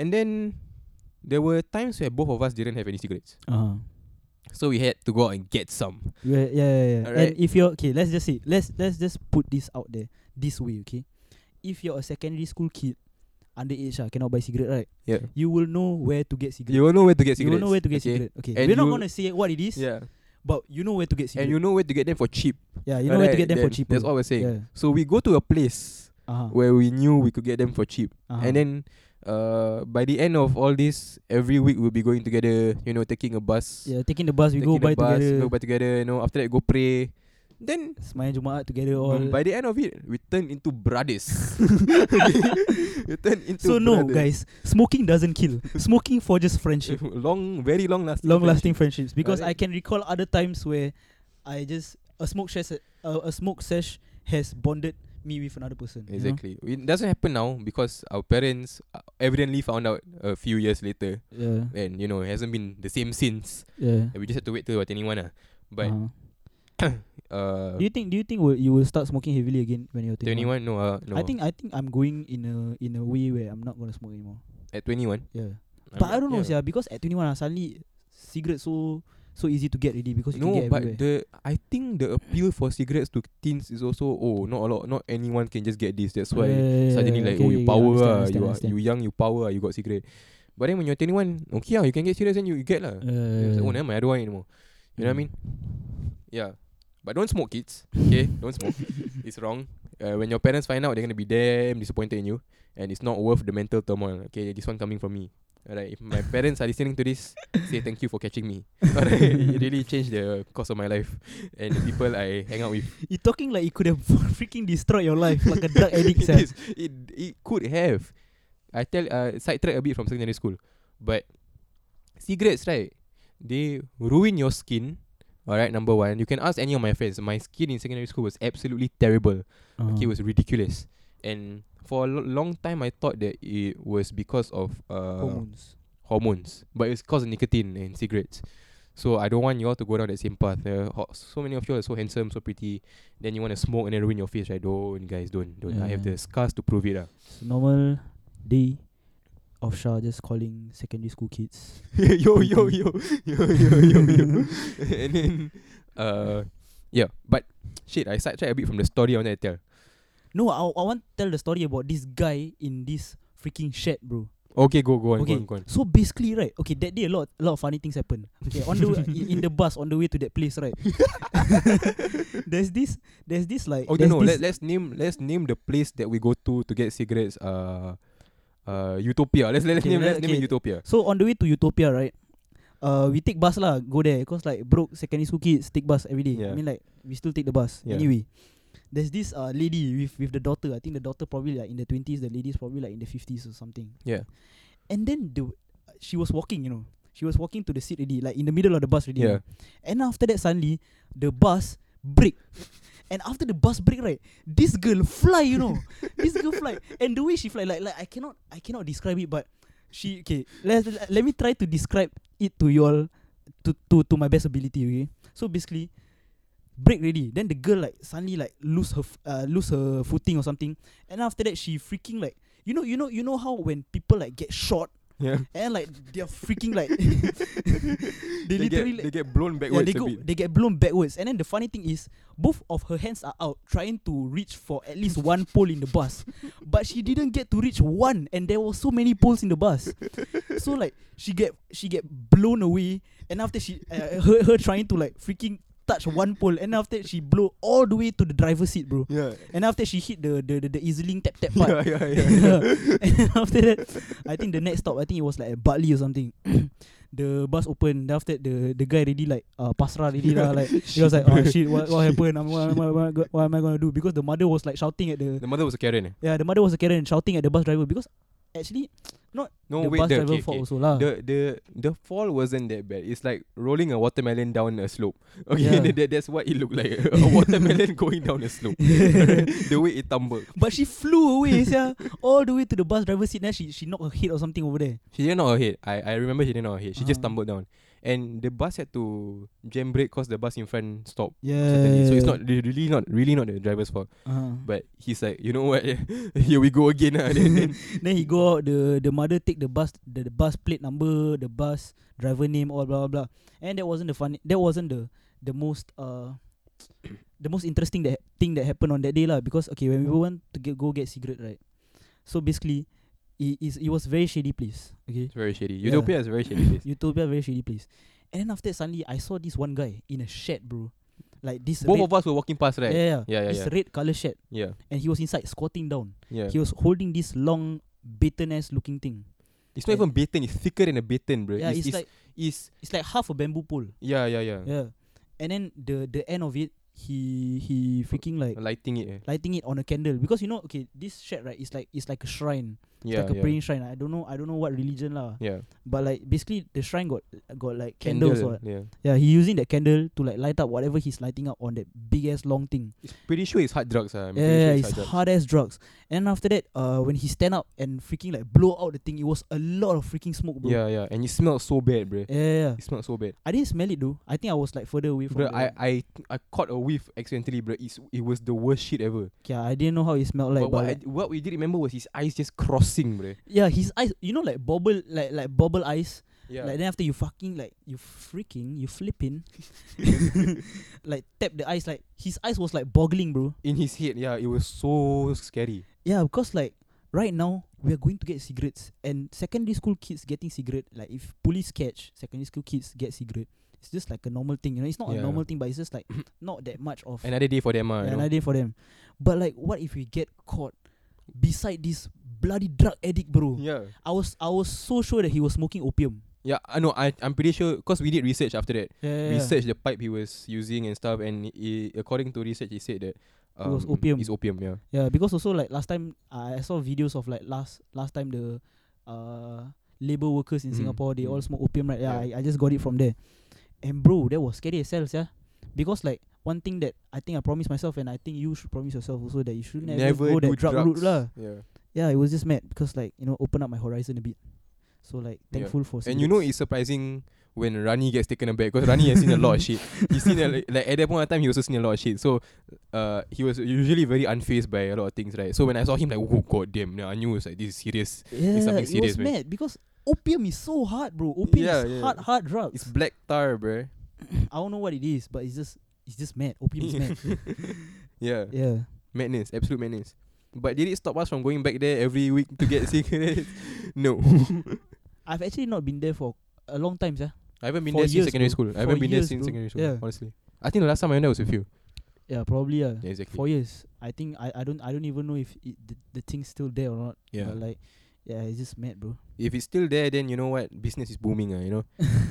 [SPEAKER 2] And then there were times where both of us didn't have any cigarettes.
[SPEAKER 3] Uh-huh.
[SPEAKER 2] So we had to go out and get some.
[SPEAKER 3] Yeah, yeah, yeah. yeah.
[SPEAKER 2] Alright.
[SPEAKER 3] And if you're okay, let's just say let's let's just put this out there this way, okay? If you're a secondary school kid, underage, ah, cannot buy cigarette, right?
[SPEAKER 2] Yeah.
[SPEAKER 3] You will know where to get cigarette.
[SPEAKER 2] You will know where to get
[SPEAKER 3] You
[SPEAKER 2] cigarettes.
[SPEAKER 3] will know where to get
[SPEAKER 2] okay?
[SPEAKER 3] cigarette. Okay.
[SPEAKER 2] And
[SPEAKER 3] We're not
[SPEAKER 2] you-
[SPEAKER 3] gonna say what it is,
[SPEAKER 2] Yeah.
[SPEAKER 3] but you know where to get cigarette.
[SPEAKER 2] And you know where to get them for cheap.
[SPEAKER 3] yeah, you know where to
[SPEAKER 2] Alright,
[SPEAKER 3] get them for
[SPEAKER 2] that-
[SPEAKER 3] cheaper.
[SPEAKER 2] That's all we're saying.
[SPEAKER 3] Yeah.
[SPEAKER 2] So we go to a place
[SPEAKER 3] Uh-huh.
[SPEAKER 2] where we knew we could get them for cheap,
[SPEAKER 3] uh-huh.
[SPEAKER 2] and then uh, by the end of all this, every week we'll be going together. You know, taking a bus.
[SPEAKER 3] yeah, taking the bus, we
[SPEAKER 2] taking
[SPEAKER 3] go
[SPEAKER 2] the
[SPEAKER 3] buy
[SPEAKER 2] bus,
[SPEAKER 3] together.
[SPEAKER 2] Go buy together. You know, after that go pray. Then
[SPEAKER 3] Semayang Jumaat together all.
[SPEAKER 2] um, by the end of it, we turn into brothers.
[SPEAKER 3] (laughs)
[SPEAKER 2] we turn into
[SPEAKER 3] so no,
[SPEAKER 2] brothers.
[SPEAKER 3] guys, smoking doesn't kill. smoking forges friendship.
[SPEAKER 2] (laughs) long, very long lasting.
[SPEAKER 3] long lasting
[SPEAKER 2] friendship.
[SPEAKER 3] friendships because
[SPEAKER 2] Alright.
[SPEAKER 3] I can recall other times where I just a smoke sesh a, a smoke sesh has bonded me with another person. you know?
[SPEAKER 2] Exactly. It doesn't happen now because our parents uh, evidently found out a few years later, and you know, it hasn't been the same since.
[SPEAKER 3] Yeah. Yeah.
[SPEAKER 2] And we just have to wait till about 21 lah. But
[SPEAKER 3] Uh-huh.
[SPEAKER 2] uh,
[SPEAKER 3] do Ah. you think do you think will, you will start smoking heavily again when you're
[SPEAKER 2] 21
[SPEAKER 3] 21?
[SPEAKER 2] no, uh, no.
[SPEAKER 3] I think I think I'm going in a in a way where I'm not gonna smoke anymore.
[SPEAKER 2] at 21.
[SPEAKER 3] Yeah. but I don't know, yeah, because at 21 ah, suddenly cigarette so so easy to get ready because you
[SPEAKER 2] No,
[SPEAKER 3] can get
[SPEAKER 2] but
[SPEAKER 3] everywhere.
[SPEAKER 2] the I think the appeal for cigarettes to teens is also oh not a lot not anyone can just get this. That's why
[SPEAKER 3] Yeah,
[SPEAKER 2] suddenly
[SPEAKER 3] yeah,
[SPEAKER 2] like
[SPEAKER 3] okay,
[SPEAKER 2] oh you
[SPEAKER 3] yeah, yeah,
[SPEAKER 2] power
[SPEAKER 3] understand,
[SPEAKER 2] ah,
[SPEAKER 3] understand,
[SPEAKER 2] you
[SPEAKER 3] understand.
[SPEAKER 2] are, you young you power ah, you got cigarette. But then when you're 21, okay ah, you can get cigarettes and you, you get lah.
[SPEAKER 3] Yeah,
[SPEAKER 2] Then
[SPEAKER 3] yeah, Hmm.
[SPEAKER 2] it's like,
[SPEAKER 3] yeah.
[SPEAKER 2] oh never mind, I don't want it anymore. You know what
[SPEAKER 3] (laughs)
[SPEAKER 2] I mean? Yeah. But don't smoke kids. Okay? (laughs) don't smoke. It's wrong. Uh, when your parents find out, they're gonna be damn disappointed in you. And it's not worth the mental turmoil. Okay, this one coming from me. Alright, if my parents are listening to this, (laughs) say thank you for catching me. (laughs) Alright, it really changed the course of my life and the people I hang out with.
[SPEAKER 3] You're talking like it could have (laughs) freaking destroyed your life like a
[SPEAKER 2] (laughs)
[SPEAKER 3] drug addict.
[SPEAKER 2] it,
[SPEAKER 3] sia.
[SPEAKER 2] is- it, it could have. I tell uh sidetrack a bit from secondary school. But cigarettes, right? They ruin your skin. Alright, number one. You can ask any of my friends. My skin in secondary school was absolutely terrible.
[SPEAKER 3] Uh-huh. Oh.
[SPEAKER 2] Okay, it was ridiculous. And for a lo- long time, I thought that it was because of uh,
[SPEAKER 3] hormones.
[SPEAKER 2] hormones, but it's caused nicotine and cigarettes. So I don't want you all to go down that same path. Uh, ho- so many of you are so handsome, so pretty. Then you want to smoke and then ruin your face, right? Don't, guys, don't, don't. I have
[SPEAKER 3] Yeah.
[SPEAKER 2] the scars to prove it.
[SPEAKER 3] (laughs)
[SPEAKER 2] Ah. (laughs)
[SPEAKER 3] It's a normal day of Shah just calling secondary school kids.
[SPEAKER 2] yo, yo, yo, yo, yo, yo,
[SPEAKER 3] (laughs)
[SPEAKER 2] yo. and then, uh, yeah. But shit, I sidetracked a bit from the story I wanted to tell.
[SPEAKER 3] No, I, I want to tell the story about this guy in this freaking shed, bro.
[SPEAKER 2] Okay, go, go on,
[SPEAKER 3] okay, Eh,
[SPEAKER 2] go on, go on.
[SPEAKER 3] so basically, right? Okay, that day a lot, a lot of funny things happened. Okay, on the
[SPEAKER 2] (laughs)
[SPEAKER 3] w- in, in the bus on the way to that place, right? (laughs) there's this, there's this like.
[SPEAKER 2] Oh no,
[SPEAKER 3] there's
[SPEAKER 2] no.
[SPEAKER 3] this-
[SPEAKER 2] Let, let's name let's name the place that we go to to get cigarettes. Uh, uh, Utopia. Let's let's
[SPEAKER 3] Okay,
[SPEAKER 2] name
[SPEAKER 3] let-
[SPEAKER 2] let's name it
[SPEAKER 3] okay.
[SPEAKER 2] Utopia.
[SPEAKER 3] So on the way to Utopia, right? Uh, we take bus lah, go there. Cause like broke secondary school kids take bus every day.
[SPEAKER 2] Yeah.
[SPEAKER 3] I mean like we still take the bus
[SPEAKER 2] Yeah.
[SPEAKER 3] anyway. There's this uh lady with with the daughter. I think the daughter probably like in the twenties. The lady's probably like in the fifties or something.
[SPEAKER 2] Yeah.
[SPEAKER 3] And then the she was walking, you know, she was walking to the seat already, like in the middle of the bus already.
[SPEAKER 2] Yeah.
[SPEAKER 3] And after that, suddenly the bus break. And after the bus break, right, this girl fly, you know, (laughs) this girl fly, and the way she fly, like, like I cannot, I cannot describe it, but she okay. Let let me try to describe it to you all, to to to my best ability. Okay, so basically, break ready. Then the girl like suddenly like lose her f- uh, lose her footing or something, and after that she freaking like you know you know you know how when people like get shot
[SPEAKER 2] Yeah.
[SPEAKER 3] and like they're freaking like
[SPEAKER 2] they,
[SPEAKER 3] (laughs) They
[SPEAKER 2] get,
[SPEAKER 3] literally
[SPEAKER 2] they get blown
[SPEAKER 3] yeah,
[SPEAKER 2] backwards
[SPEAKER 3] they
[SPEAKER 2] a
[SPEAKER 3] go
[SPEAKER 2] bit.
[SPEAKER 3] they get blown backwards and then the funny thing is both of her hands are out trying to reach for at
[SPEAKER 2] (laughs)
[SPEAKER 3] least one pole in the bus but she didn't get to reach one and there were so many poles in the bus
[SPEAKER 2] (laughs)
[SPEAKER 3] so like she get she get blown away and after she uh, her her trying to like freaking touch one pole and after that she blow all the way to the driver's seat bro
[SPEAKER 2] Yeah.
[SPEAKER 3] and after she hit the the the, the easily tap tap
[SPEAKER 2] (laughs) (laughs)
[SPEAKER 3] part
[SPEAKER 2] Yeah, yeah,
[SPEAKER 3] (laughs)
[SPEAKER 2] yeah.
[SPEAKER 3] and after that, I think the next stop, I think it was like at Bartley or something. (coughs) the bus open. Then after that, the the guy already like uh, pasrah already lah.
[SPEAKER 2] (laughs)
[SPEAKER 3] Like he was like, oh shit, what what happened? I'm, what, am I, what, am I go- what am I gonna do? Because the mother was like shouting at the
[SPEAKER 2] The mother was a Karen. eh?
[SPEAKER 3] yeah, the mother was a Karen shouting at the bus driver because actually
[SPEAKER 2] No,
[SPEAKER 3] the
[SPEAKER 2] wait,
[SPEAKER 3] bus
[SPEAKER 2] the,
[SPEAKER 3] driver
[SPEAKER 2] okay,
[SPEAKER 3] fault
[SPEAKER 2] okay.
[SPEAKER 3] also lah.
[SPEAKER 2] the the the fall wasn't that bad. It's like rolling a watermelon down a slope. (laughs) Okay,
[SPEAKER 3] Yeah.
[SPEAKER 2] that, that's what it looked like. (laughs) A watermelon going down a slope. the way it tumbled.
[SPEAKER 3] (laughs) But she flew away, yeah, all the way to the bus driver seat. Then she she knocked her head or something over there.
[SPEAKER 2] She didn't know her head. I, I remember she didn't know her head. She just
[SPEAKER 3] Uh-huh.
[SPEAKER 2] tumbled down. And the bus had to jam brake because the bus in front stopped.
[SPEAKER 3] Yeah.
[SPEAKER 2] suddenly. So it's not re- really not really not the driver's fault.
[SPEAKER 3] Uh-huh.
[SPEAKER 2] But he's like, you know what? (laughs) Here we go again. (laughs) ah." Then- then
[SPEAKER 3] Then he go out the the mother take the bus the, the bus plate number, the bus driver name, all blah blah blah. And that wasn't the funny that wasn't the the most uh (coughs) the most interesting that thing that happened on that day lah because okay when we
[SPEAKER 2] Mm-hmm.
[SPEAKER 3] went to get, go get cigarette right. So basically it is it was very shady place. Okay.
[SPEAKER 2] it's very shady.
[SPEAKER 3] Yeah.
[SPEAKER 2] Utopia is a very shady place.
[SPEAKER 3] Utopia very shady place. And then after that, suddenly I saw this one guy in a shed, bro. Like this
[SPEAKER 2] Both
[SPEAKER 3] red,
[SPEAKER 2] of us were walking past, right?
[SPEAKER 3] yeah, yeah,
[SPEAKER 2] Yeah, yeah,
[SPEAKER 3] This
[SPEAKER 2] yeah.
[SPEAKER 3] red colour shed.
[SPEAKER 2] Yeah.
[SPEAKER 3] And he was inside squatting down.
[SPEAKER 2] Yeah.
[SPEAKER 3] He was holding this long beaten ass looking thing.
[SPEAKER 2] It's not even baton. It's thicker than a baton, bro.
[SPEAKER 3] Yeah,
[SPEAKER 2] it's,
[SPEAKER 3] it's,
[SPEAKER 2] it's,
[SPEAKER 3] like
[SPEAKER 2] it's-
[SPEAKER 3] it's like half a bamboo pole.
[SPEAKER 2] yeah, yeah, yeah,
[SPEAKER 3] Yeah. And then the the end of it, he he freaking like
[SPEAKER 2] Lighting it. eh.
[SPEAKER 3] lighting it on a candle because you know okay this shed right is like it's like a shrine
[SPEAKER 2] Yeah,
[SPEAKER 3] like a
[SPEAKER 2] yeah.
[SPEAKER 3] praying shrine I don't know I don't know what religion lah
[SPEAKER 2] Yeah.
[SPEAKER 3] but like basically the shrine got got like candles
[SPEAKER 2] Candle,
[SPEAKER 3] or
[SPEAKER 2] Yeah.
[SPEAKER 3] yeah he using that candle to like light up whatever he's lighting up on that big ass long thing
[SPEAKER 2] It's pretty sure it's hard drugs. ah. I'm pretty
[SPEAKER 3] yeah,
[SPEAKER 2] sure
[SPEAKER 3] yeah
[SPEAKER 2] it's
[SPEAKER 3] it's hard ass drugs and after that uh when he stand up and freaking like blow out the thing it was a lot of freaking smoke bro
[SPEAKER 2] Yeah, yeah. And it smells so bad, bro.
[SPEAKER 3] yeah, yeah, yeah.
[SPEAKER 2] It smells so bad.
[SPEAKER 3] I didn't smell it though I think I was like further away from
[SPEAKER 2] Bro, I,
[SPEAKER 3] the-
[SPEAKER 2] I I caught a whiff accidentally, bro. It's, it was the worst shit ever.
[SPEAKER 3] Yeah, I didn't know how it smelled like.
[SPEAKER 2] but
[SPEAKER 3] But,
[SPEAKER 2] what,
[SPEAKER 3] like-
[SPEAKER 2] I, what we did remember was his eyes just crossing, bro.
[SPEAKER 3] yeah, his eyes, you know, like bobble, like like bobble eyes.
[SPEAKER 2] Yeah.
[SPEAKER 3] Like then after you fucking like you freaking
[SPEAKER 2] (laughs)
[SPEAKER 3] you flipping, like tap the eyes. Like his eyes was like boggling, bro.
[SPEAKER 2] In his head, yeah, it was so scary.
[SPEAKER 3] Yeah, because like right now we are going to get cigarettes, and secondary school kids getting cigarette. Like if police catch secondary school kids get cigarette, it's just like a normal thing. You know, it's not
[SPEAKER 2] Yeah.
[SPEAKER 3] a normal thing, but it's
[SPEAKER 2] (coughs)
[SPEAKER 3] just like not that much of
[SPEAKER 2] Another day for them, ah. you
[SPEAKER 3] yeah,
[SPEAKER 2] know.
[SPEAKER 3] another day for them. But like, what if we get caught beside this bloody drug addict, bro?
[SPEAKER 2] Yeah.
[SPEAKER 3] I was I was so sure that he was smoking opium.
[SPEAKER 2] Yeah, I know. I I'm pretty sure because we did research after that.
[SPEAKER 3] Yeah,
[SPEAKER 2] We searched the pipe he was using and stuff, and i according to research, he said that um,
[SPEAKER 3] was opium.
[SPEAKER 2] It's opium, yeah.
[SPEAKER 3] Yeah, because also like last time I I saw videos of like last last time the uh labour workers in
[SPEAKER 2] Mm,
[SPEAKER 3] Singapore. They all
[SPEAKER 2] mm.
[SPEAKER 3] smoke opium, right? Yeah, I, I just got it from there. And bro, that was scary as hell, yeah. Because like one thing that I think I promised myself, and I think you should promise yourself also that you should never, go that drug route lah.
[SPEAKER 2] Yeah.
[SPEAKER 3] Yeah, it was just mad because like you know open up my horizon a bit. So like
[SPEAKER 2] Yeah.
[SPEAKER 3] thankful for.
[SPEAKER 2] And you know it's
[SPEAKER 3] cigarettes.
[SPEAKER 2] surprising when Rani gets taken aback because Rani has seen a lot
[SPEAKER 3] (laughs)
[SPEAKER 2] of shit. He's seen a, like like, at that point of time he also seen a lot of shit. So uh he was usually very unfazed by a lot of things, right? So when I saw him like oh god damn, yeah, I knew it was like this is serious.
[SPEAKER 3] yeah,
[SPEAKER 2] something
[SPEAKER 3] it was
[SPEAKER 2] serious, man.
[SPEAKER 3] mad because opium is so hard, bro. Opium
[SPEAKER 2] Yeah,
[SPEAKER 3] is
[SPEAKER 2] yeah.
[SPEAKER 3] hard, hard drugs.
[SPEAKER 2] It's black tar, bruh.
[SPEAKER 3] (coughs) I don't know what it is, but it's just it's just mad. Opium is (laughs) mad.
[SPEAKER 2] (laughs) Yeah.
[SPEAKER 3] Yeah.
[SPEAKER 2] Madness, absolute madness. But did it stop us from going back there every week to
[SPEAKER 3] (laughs)
[SPEAKER 2] get cigarettes? No.
[SPEAKER 3] I've actually not been there for a long time, sir.
[SPEAKER 2] I haven't been
[SPEAKER 3] For
[SPEAKER 2] there since
[SPEAKER 3] years,
[SPEAKER 2] secondary
[SPEAKER 3] bro.
[SPEAKER 2] school. I
[SPEAKER 3] For
[SPEAKER 2] haven't been there
[SPEAKER 3] years,
[SPEAKER 2] since
[SPEAKER 3] bro.
[SPEAKER 2] secondary school,
[SPEAKER 3] Yeah.
[SPEAKER 2] honestly. I think the last time I went there was with you.
[SPEAKER 3] Yeah, probably yeah.
[SPEAKER 2] Yeah, exactly.
[SPEAKER 3] Four years. I think I, I don't I don't even know if it, the, the thing's still there or not.
[SPEAKER 2] Yeah.
[SPEAKER 3] But like yeah, it's just mad, bro.
[SPEAKER 2] if it's still there, then you know what? Business is booming, uh, you
[SPEAKER 3] (laughs)
[SPEAKER 2] know?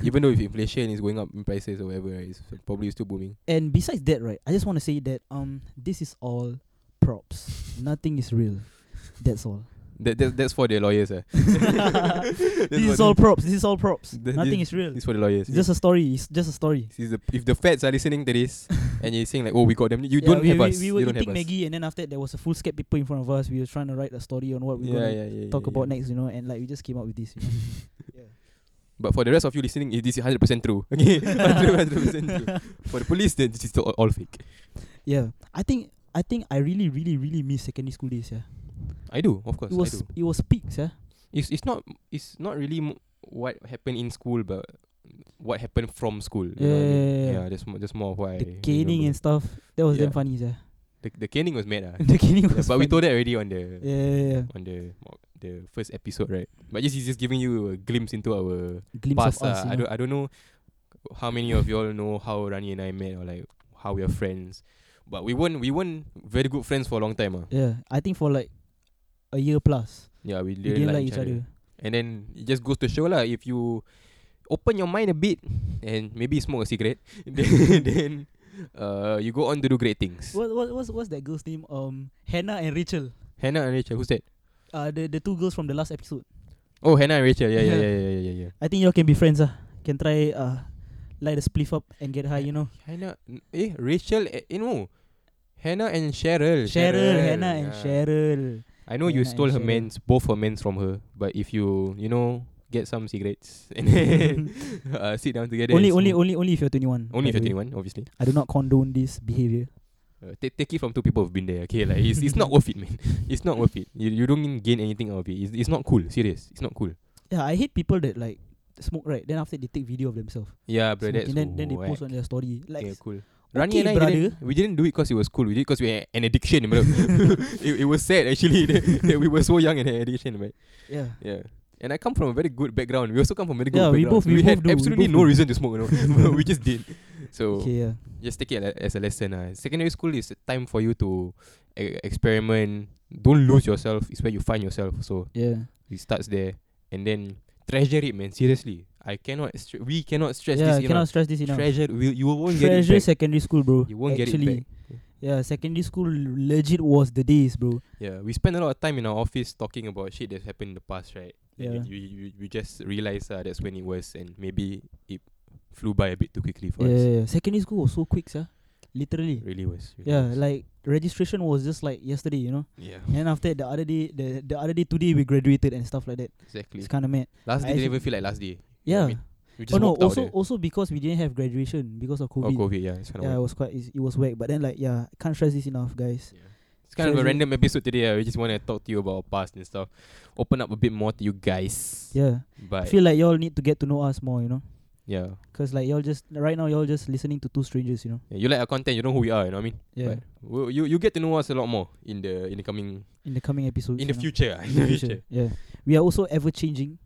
[SPEAKER 2] Even though if inflation is going up in prices or whatever, right, it's probably still booming.
[SPEAKER 3] And besides that, right, I just want to say that um this is all props. Nothing is real. That's (laughs) all.
[SPEAKER 2] That, that (laughs) That's for the lawyers.
[SPEAKER 3] (laughs)
[SPEAKER 2] Uh.
[SPEAKER 3] this is
[SPEAKER 2] (laughs)
[SPEAKER 3] all props. This is all props.
[SPEAKER 2] Th-
[SPEAKER 3] Nothing is real.
[SPEAKER 2] It's for the lawyers.
[SPEAKER 3] It's just a story. It's just a story.
[SPEAKER 2] This is the, if the feds are listening to
[SPEAKER 3] (laughs)
[SPEAKER 2] this and you're saying like, oh, we got them, you
[SPEAKER 3] Yeah,
[SPEAKER 2] don't
[SPEAKER 3] we,
[SPEAKER 2] have
[SPEAKER 3] we,
[SPEAKER 2] us.
[SPEAKER 3] We were
[SPEAKER 2] you don't have
[SPEAKER 3] eating
[SPEAKER 2] us.
[SPEAKER 3] Maggie, and then after that, there was a full skep people in front of us. We were trying to write a story on what we are
[SPEAKER 2] yeah,
[SPEAKER 3] gonna
[SPEAKER 2] yeah, yeah,
[SPEAKER 3] talk
[SPEAKER 2] yeah,
[SPEAKER 3] about
[SPEAKER 2] yeah.
[SPEAKER 3] next, you know, and like we just came up with this.
[SPEAKER 2] (laughs)
[SPEAKER 3] You know?
[SPEAKER 2] But for the rest of you listening, it- this is 100% true. (laughs)
[SPEAKER 3] (laughs)
[SPEAKER 2] Okay? 100%, true. For the police, then this is all, all fake.
[SPEAKER 3] yeah, I think I think I really really really miss secondary school days. Yeah,
[SPEAKER 2] I do, of course.
[SPEAKER 3] it
[SPEAKER 2] I
[SPEAKER 3] was
[SPEAKER 2] do.
[SPEAKER 3] it was peaks. Yeah,
[SPEAKER 2] It's, it's not it's not really m- what happened in school, but what happened from school. You know what I mean?
[SPEAKER 3] Yeah, yeah, yeah.
[SPEAKER 2] yeah. That's, mo- that's more of what I
[SPEAKER 3] the caning
[SPEAKER 2] remember.
[SPEAKER 3] and stuff. That was damn
[SPEAKER 2] Yeah.
[SPEAKER 3] funny.
[SPEAKER 2] (laughs)
[SPEAKER 3] Yeah, (laughs)
[SPEAKER 2] The, the caning was made ah.
[SPEAKER 3] the caning was.
[SPEAKER 2] Yeah, but we
[SPEAKER 3] funny.
[SPEAKER 2] told that already on the
[SPEAKER 3] Yeah, yeah, yeah.
[SPEAKER 2] on the the first episode, right? But just he's just giving you a glimpse into our
[SPEAKER 3] Glimpse
[SPEAKER 2] past.
[SPEAKER 3] of us.
[SPEAKER 2] ah.
[SPEAKER 3] you
[SPEAKER 2] I
[SPEAKER 3] know.
[SPEAKER 2] don't I don't know how many of y'all know how Rani and I met or like how we are friends. But we weren't we weren't very good friends for a long time. ah.
[SPEAKER 3] Yeah, I think for like a year plus,
[SPEAKER 2] Yeah, we
[SPEAKER 3] we
[SPEAKER 2] didn't,
[SPEAKER 3] didn't like each other.
[SPEAKER 2] And then it just goes to show lah if you open your mind a bit and maybe smoke a cigarette, (laughs) then, then uh you go on to do great things.
[SPEAKER 3] What what what's, what's that girl's name? Um, Hannah and Rachel.
[SPEAKER 2] Hannah and Rachel, who's that?
[SPEAKER 3] Uh, the the two girls from the last episode.
[SPEAKER 2] Oh, Hannah and Rachel. Yeah, yeah,
[SPEAKER 3] Yeah.
[SPEAKER 2] yeah, yeah, yeah, yeah. yeah.
[SPEAKER 3] I think y'all can be friends. Ah, can try uh, light a spliff up and get high. You know,
[SPEAKER 2] Hannah, n- eh, Rachel, eh, eh, no. Hannah and Cheryl.
[SPEAKER 3] Cheryl, Hannah, and
[SPEAKER 2] yeah.
[SPEAKER 3] Cheryl.
[SPEAKER 2] I know you
[SPEAKER 3] Hannah and
[SPEAKER 2] stole her
[SPEAKER 3] Cheryl.
[SPEAKER 2] men's, both her men's from her, but if you, you know, get some cigarettes (laughs) and
[SPEAKER 3] (laughs)
[SPEAKER 2] then uh, sit down together.
[SPEAKER 3] only
[SPEAKER 2] and
[SPEAKER 3] only
[SPEAKER 2] smoke.
[SPEAKER 3] only only if you're 21.
[SPEAKER 2] only if
[SPEAKER 3] by
[SPEAKER 2] you're
[SPEAKER 3] the way.
[SPEAKER 2] 21, obviously.
[SPEAKER 3] I do not condone this behavior.
[SPEAKER 2] Uh, take take it from two people who've been there. Okay, like it's it's not worth it, man. (laughs) It's not worth it. You you don't gain anything out of it. It's, it's not cool. Serious. It's not cool.
[SPEAKER 3] Yeah, I hate people that like smoke right. Then after they take video of themselves.
[SPEAKER 2] Yeah, bro.
[SPEAKER 3] smoking,
[SPEAKER 2] That's
[SPEAKER 3] then then they
[SPEAKER 2] whack.
[SPEAKER 3] post on their story. Like
[SPEAKER 2] yeah,
[SPEAKER 3] s-
[SPEAKER 2] cool. Rani and I
[SPEAKER 3] brother.
[SPEAKER 2] didn't, we didn't do it because it was cool. We did it because we had an addiction, (laughs) bro. it, it was sad actually (laughs) that, that we were so young and had addiction, right?
[SPEAKER 3] yeah.
[SPEAKER 2] Yeah. And I come from a very good background. We also come from very good
[SPEAKER 3] Yeah, we
[SPEAKER 2] background.
[SPEAKER 3] both- we
[SPEAKER 2] we
[SPEAKER 3] both
[SPEAKER 2] had
[SPEAKER 3] do, we
[SPEAKER 2] absolutely
[SPEAKER 3] both
[SPEAKER 2] no
[SPEAKER 3] do.
[SPEAKER 2] reason to smoke, you know. (laughs) we just did. So
[SPEAKER 3] Okay, yeah.
[SPEAKER 2] just take it a- as a lesson. Uh. Secondary school is a time for you to e- experiment. Don't lose yourself. It's where you find yourself. So
[SPEAKER 3] Yeah.
[SPEAKER 2] it starts there, and then treasure it, man. Seriously, I cannot. Str- we cannot stress
[SPEAKER 3] yeah,
[SPEAKER 2] this
[SPEAKER 3] cannot
[SPEAKER 2] enough.
[SPEAKER 3] stress this enough.
[SPEAKER 2] Treasure. Will you won't
[SPEAKER 3] Treasure
[SPEAKER 2] get it back.
[SPEAKER 3] secondary school, bro.
[SPEAKER 2] You won't get it
[SPEAKER 3] Actually,
[SPEAKER 2] back.
[SPEAKER 3] Yeah, secondary school legit was the days, bro.
[SPEAKER 2] Yeah, we spend a lot of time in our office talking about shit that's happened in the past, right? And
[SPEAKER 3] Yeah.
[SPEAKER 2] then you, you, you just realize uh, that's when it was, and maybe it flew by a bit too quickly for
[SPEAKER 3] Yeah,
[SPEAKER 2] us.
[SPEAKER 3] yeah, yeah. secondary school was so quick, sir. Literally.
[SPEAKER 2] Really was. really
[SPEAKER 3] Yeah,
[SPEAKER 2] was.
[SPEAKER 3] like registration was just like yesterday, you know.
[SPEAKER 2] yeah,
[SPEAKER 3] And then after that, the other day, the the other day today we graduated and stuff like that.
[SPEAKER 2] exactly.
[SPEAKER 3] It's kind of mad.
[SPEAKER 2] Last day
[SPEAKER 3] I
[SPEAKER 2] didn't
[SPEAKER 3] actually-
[SPEAKER 2] even feel like last day. You know what I
[SPEAKER 3] Yeah.
[SPEAKER 2] mean? We
[SPEAKER 3] Oh
[SPEAKER 2] just
[SPEAKER 3] no,
[SPEAKER 2] walked out
[SPEAKER 3] also
[SPEAKER 2] there.
[SPEAKER 3] also because we didn't have graduation because of
[SPEAKER 2] Oh,
[SPEAKER 3] COVID.
[SPEAKER 2] COVID, yeah. It's kind of
[SPEAKER 3] Yeah, it was quite it's- it was whack. But then like yeah, can't stress this enough, guys.
[SPEAKER 2] It's kind of a
[SPEAKER 3] Treasure-
[SPEAKER 2] random episode today. Uh, we just want to talk to you about our past and stuff. Open up a bit more to you guys.
[SPEAKER 3] Yeah, I
[SPEAKER 2] But
[SPEAKER 3] feel like y'all need to get to know us more, you know,
[SPEAKER 2] yeah.
[SPEAKER 3] because like y'all just right now y'all just listening to two strangers, you know.
[SPEAKER 2] yeah, you like our content. You know who we are. You know what I mean.
[SPEAKER 3] Yeah,
[SPEAKER 2] But we'll, you you get to know us a lot more in the in the coming
[SPEAKER 3] in the coming episodes.
[SPEAKER 2] in
[SPEAKER 3] you
[SPEAKER 2] the
[SPEAKER 3] know.
[SPEAKER 2] future. ah, In the (laughs) future.
[SPEAKER 3] Yeah, we are also ever changing,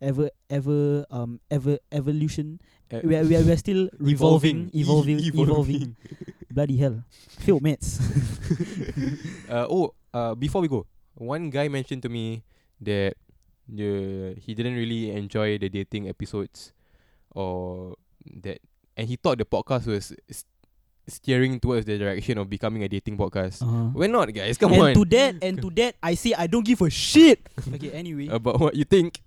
[SPEAKER 3] ever ever um ever evolution.
[SPEAKER 2] Uh,
[SPEAKER 3] We are we are, we are still revolving,
[SPEAKER 2] E-
[SPEAKER 3] evolving, evolving. Bloody hell,
[SPEAKER 2] (laughs)
[SPEAKER 3] Phil mates.
[SPEAKER 2] (laughs) uh, oh, uh, before we go, one guy mentioned to me that the he didn't really enjoy the dating episodes, or that, and he thought the podcast was s- steering towards the direction of becoming a dating podcast.
[SPEAKER 3] Uh-huh.
[SPEAKER 2] We're not, guys. Come on.
[SPEAKER 3] and to that, and to that, I say I don't give a shit. (laughs) okay,
[SPEAKER 2] (laughs)
[SPEAKER 3] anyway.
[SPEAKER 2] About what you think.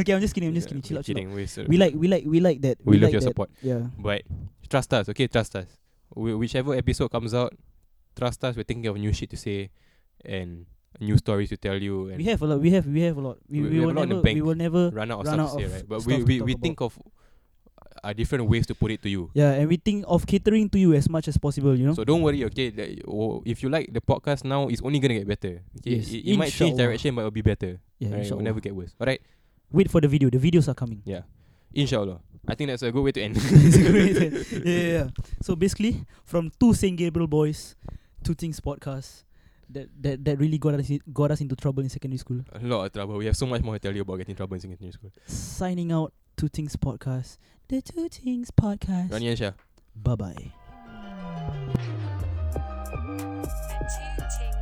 [SPEAKER 3] okay, I'm just kidding. I'm just
[SPEAKER 2] Yeah, we're
[SPEAKER 3] kidding. Chill out, chill out.
[SPEAKER 2] kidding. We're sorry.
[SPEAKER 3] We like, we like, we like that.
[SPEAKER 2] We love
[SPEAKER 3] like
[SPEAKER 2] your
[SPEAKER 3] that.
[SPEAKER 2] support.
[SPEAKER 3] Yeah.
[SPEAKER 2] But trust us, okay? Trust us. Wh- whichever episode comes out, trust us. We're thinking of new shit to say and new stories to tell you and
[SPEAKER 3] We have a lot. We have, we have a lot. We,
[SPEAKER 2] We-
[SPEAKER 3] we,
[SPEAKER 2] we have
[SPEAKER 3] will
[SPEAKER 2] a lot in the
[SPEAKER 3] never, we
[SPEAKER 2] bank.
[SPEAKER 3] will never.
[SPEAKER 2] run out of
[SPEAKER 3] run
[SPEAKER 2] stuff to
[SPEAKER 3] out
[SPEAKER 2] say,
[SPEAKER 3] of
[SPEAKER 2] right? But
[SPEAKER 3] stuff
[SPEAKER 2] we,
[SPEAKER 3] to
[SPEAKER 2] we,
[SPEAKER 3] talk
[SPEAKER 2] we
[SPEAKER 3] about.
[SPEAKER 2] think of uh, different ways to put it to you.
[SPEAKER 3] Yeah, and we think of catering to you as much as possible. You know.
[SPEAKER 2] So don't worry, okay? That, oh, if you like the podcast now, it's only gonna get better. Okay?
[SPEAKER 3] Yes,
[SPEAKER 2] It, it might change
[SPEAKER 3] inshallah.
[SPEAKER 2] direction, but it'll be better.
[SPEAKER 3] yeah.
[SPEAKER 2] Alright, It'll
[SPEAKER 3] inshallah.
[SPEAKER 2] never get worse. All right,
[SPEAKER 3] Wait for the video. The videos are coming.
[SPEAKER 2] inshallah. I think that's a good way to (laughs) end.
[SPEAKER 3] (laughs) yeah, yeah, yeah. So basically, from two Saint Gabriel boys, two things podcast. That, that that really got us in- got us into trouble in secondary school.
[SPEAKER 2] a lot of trouble. We have so much more to tell you about getting in trouble in secondary school.
[SPEAKER 3] Signing out, two things podcast. The two things podcast.
[SPEAKER 2] Rani and Shah.
[SPEAKER 3] Bye bye.
[SPEAKER 1] The Two Things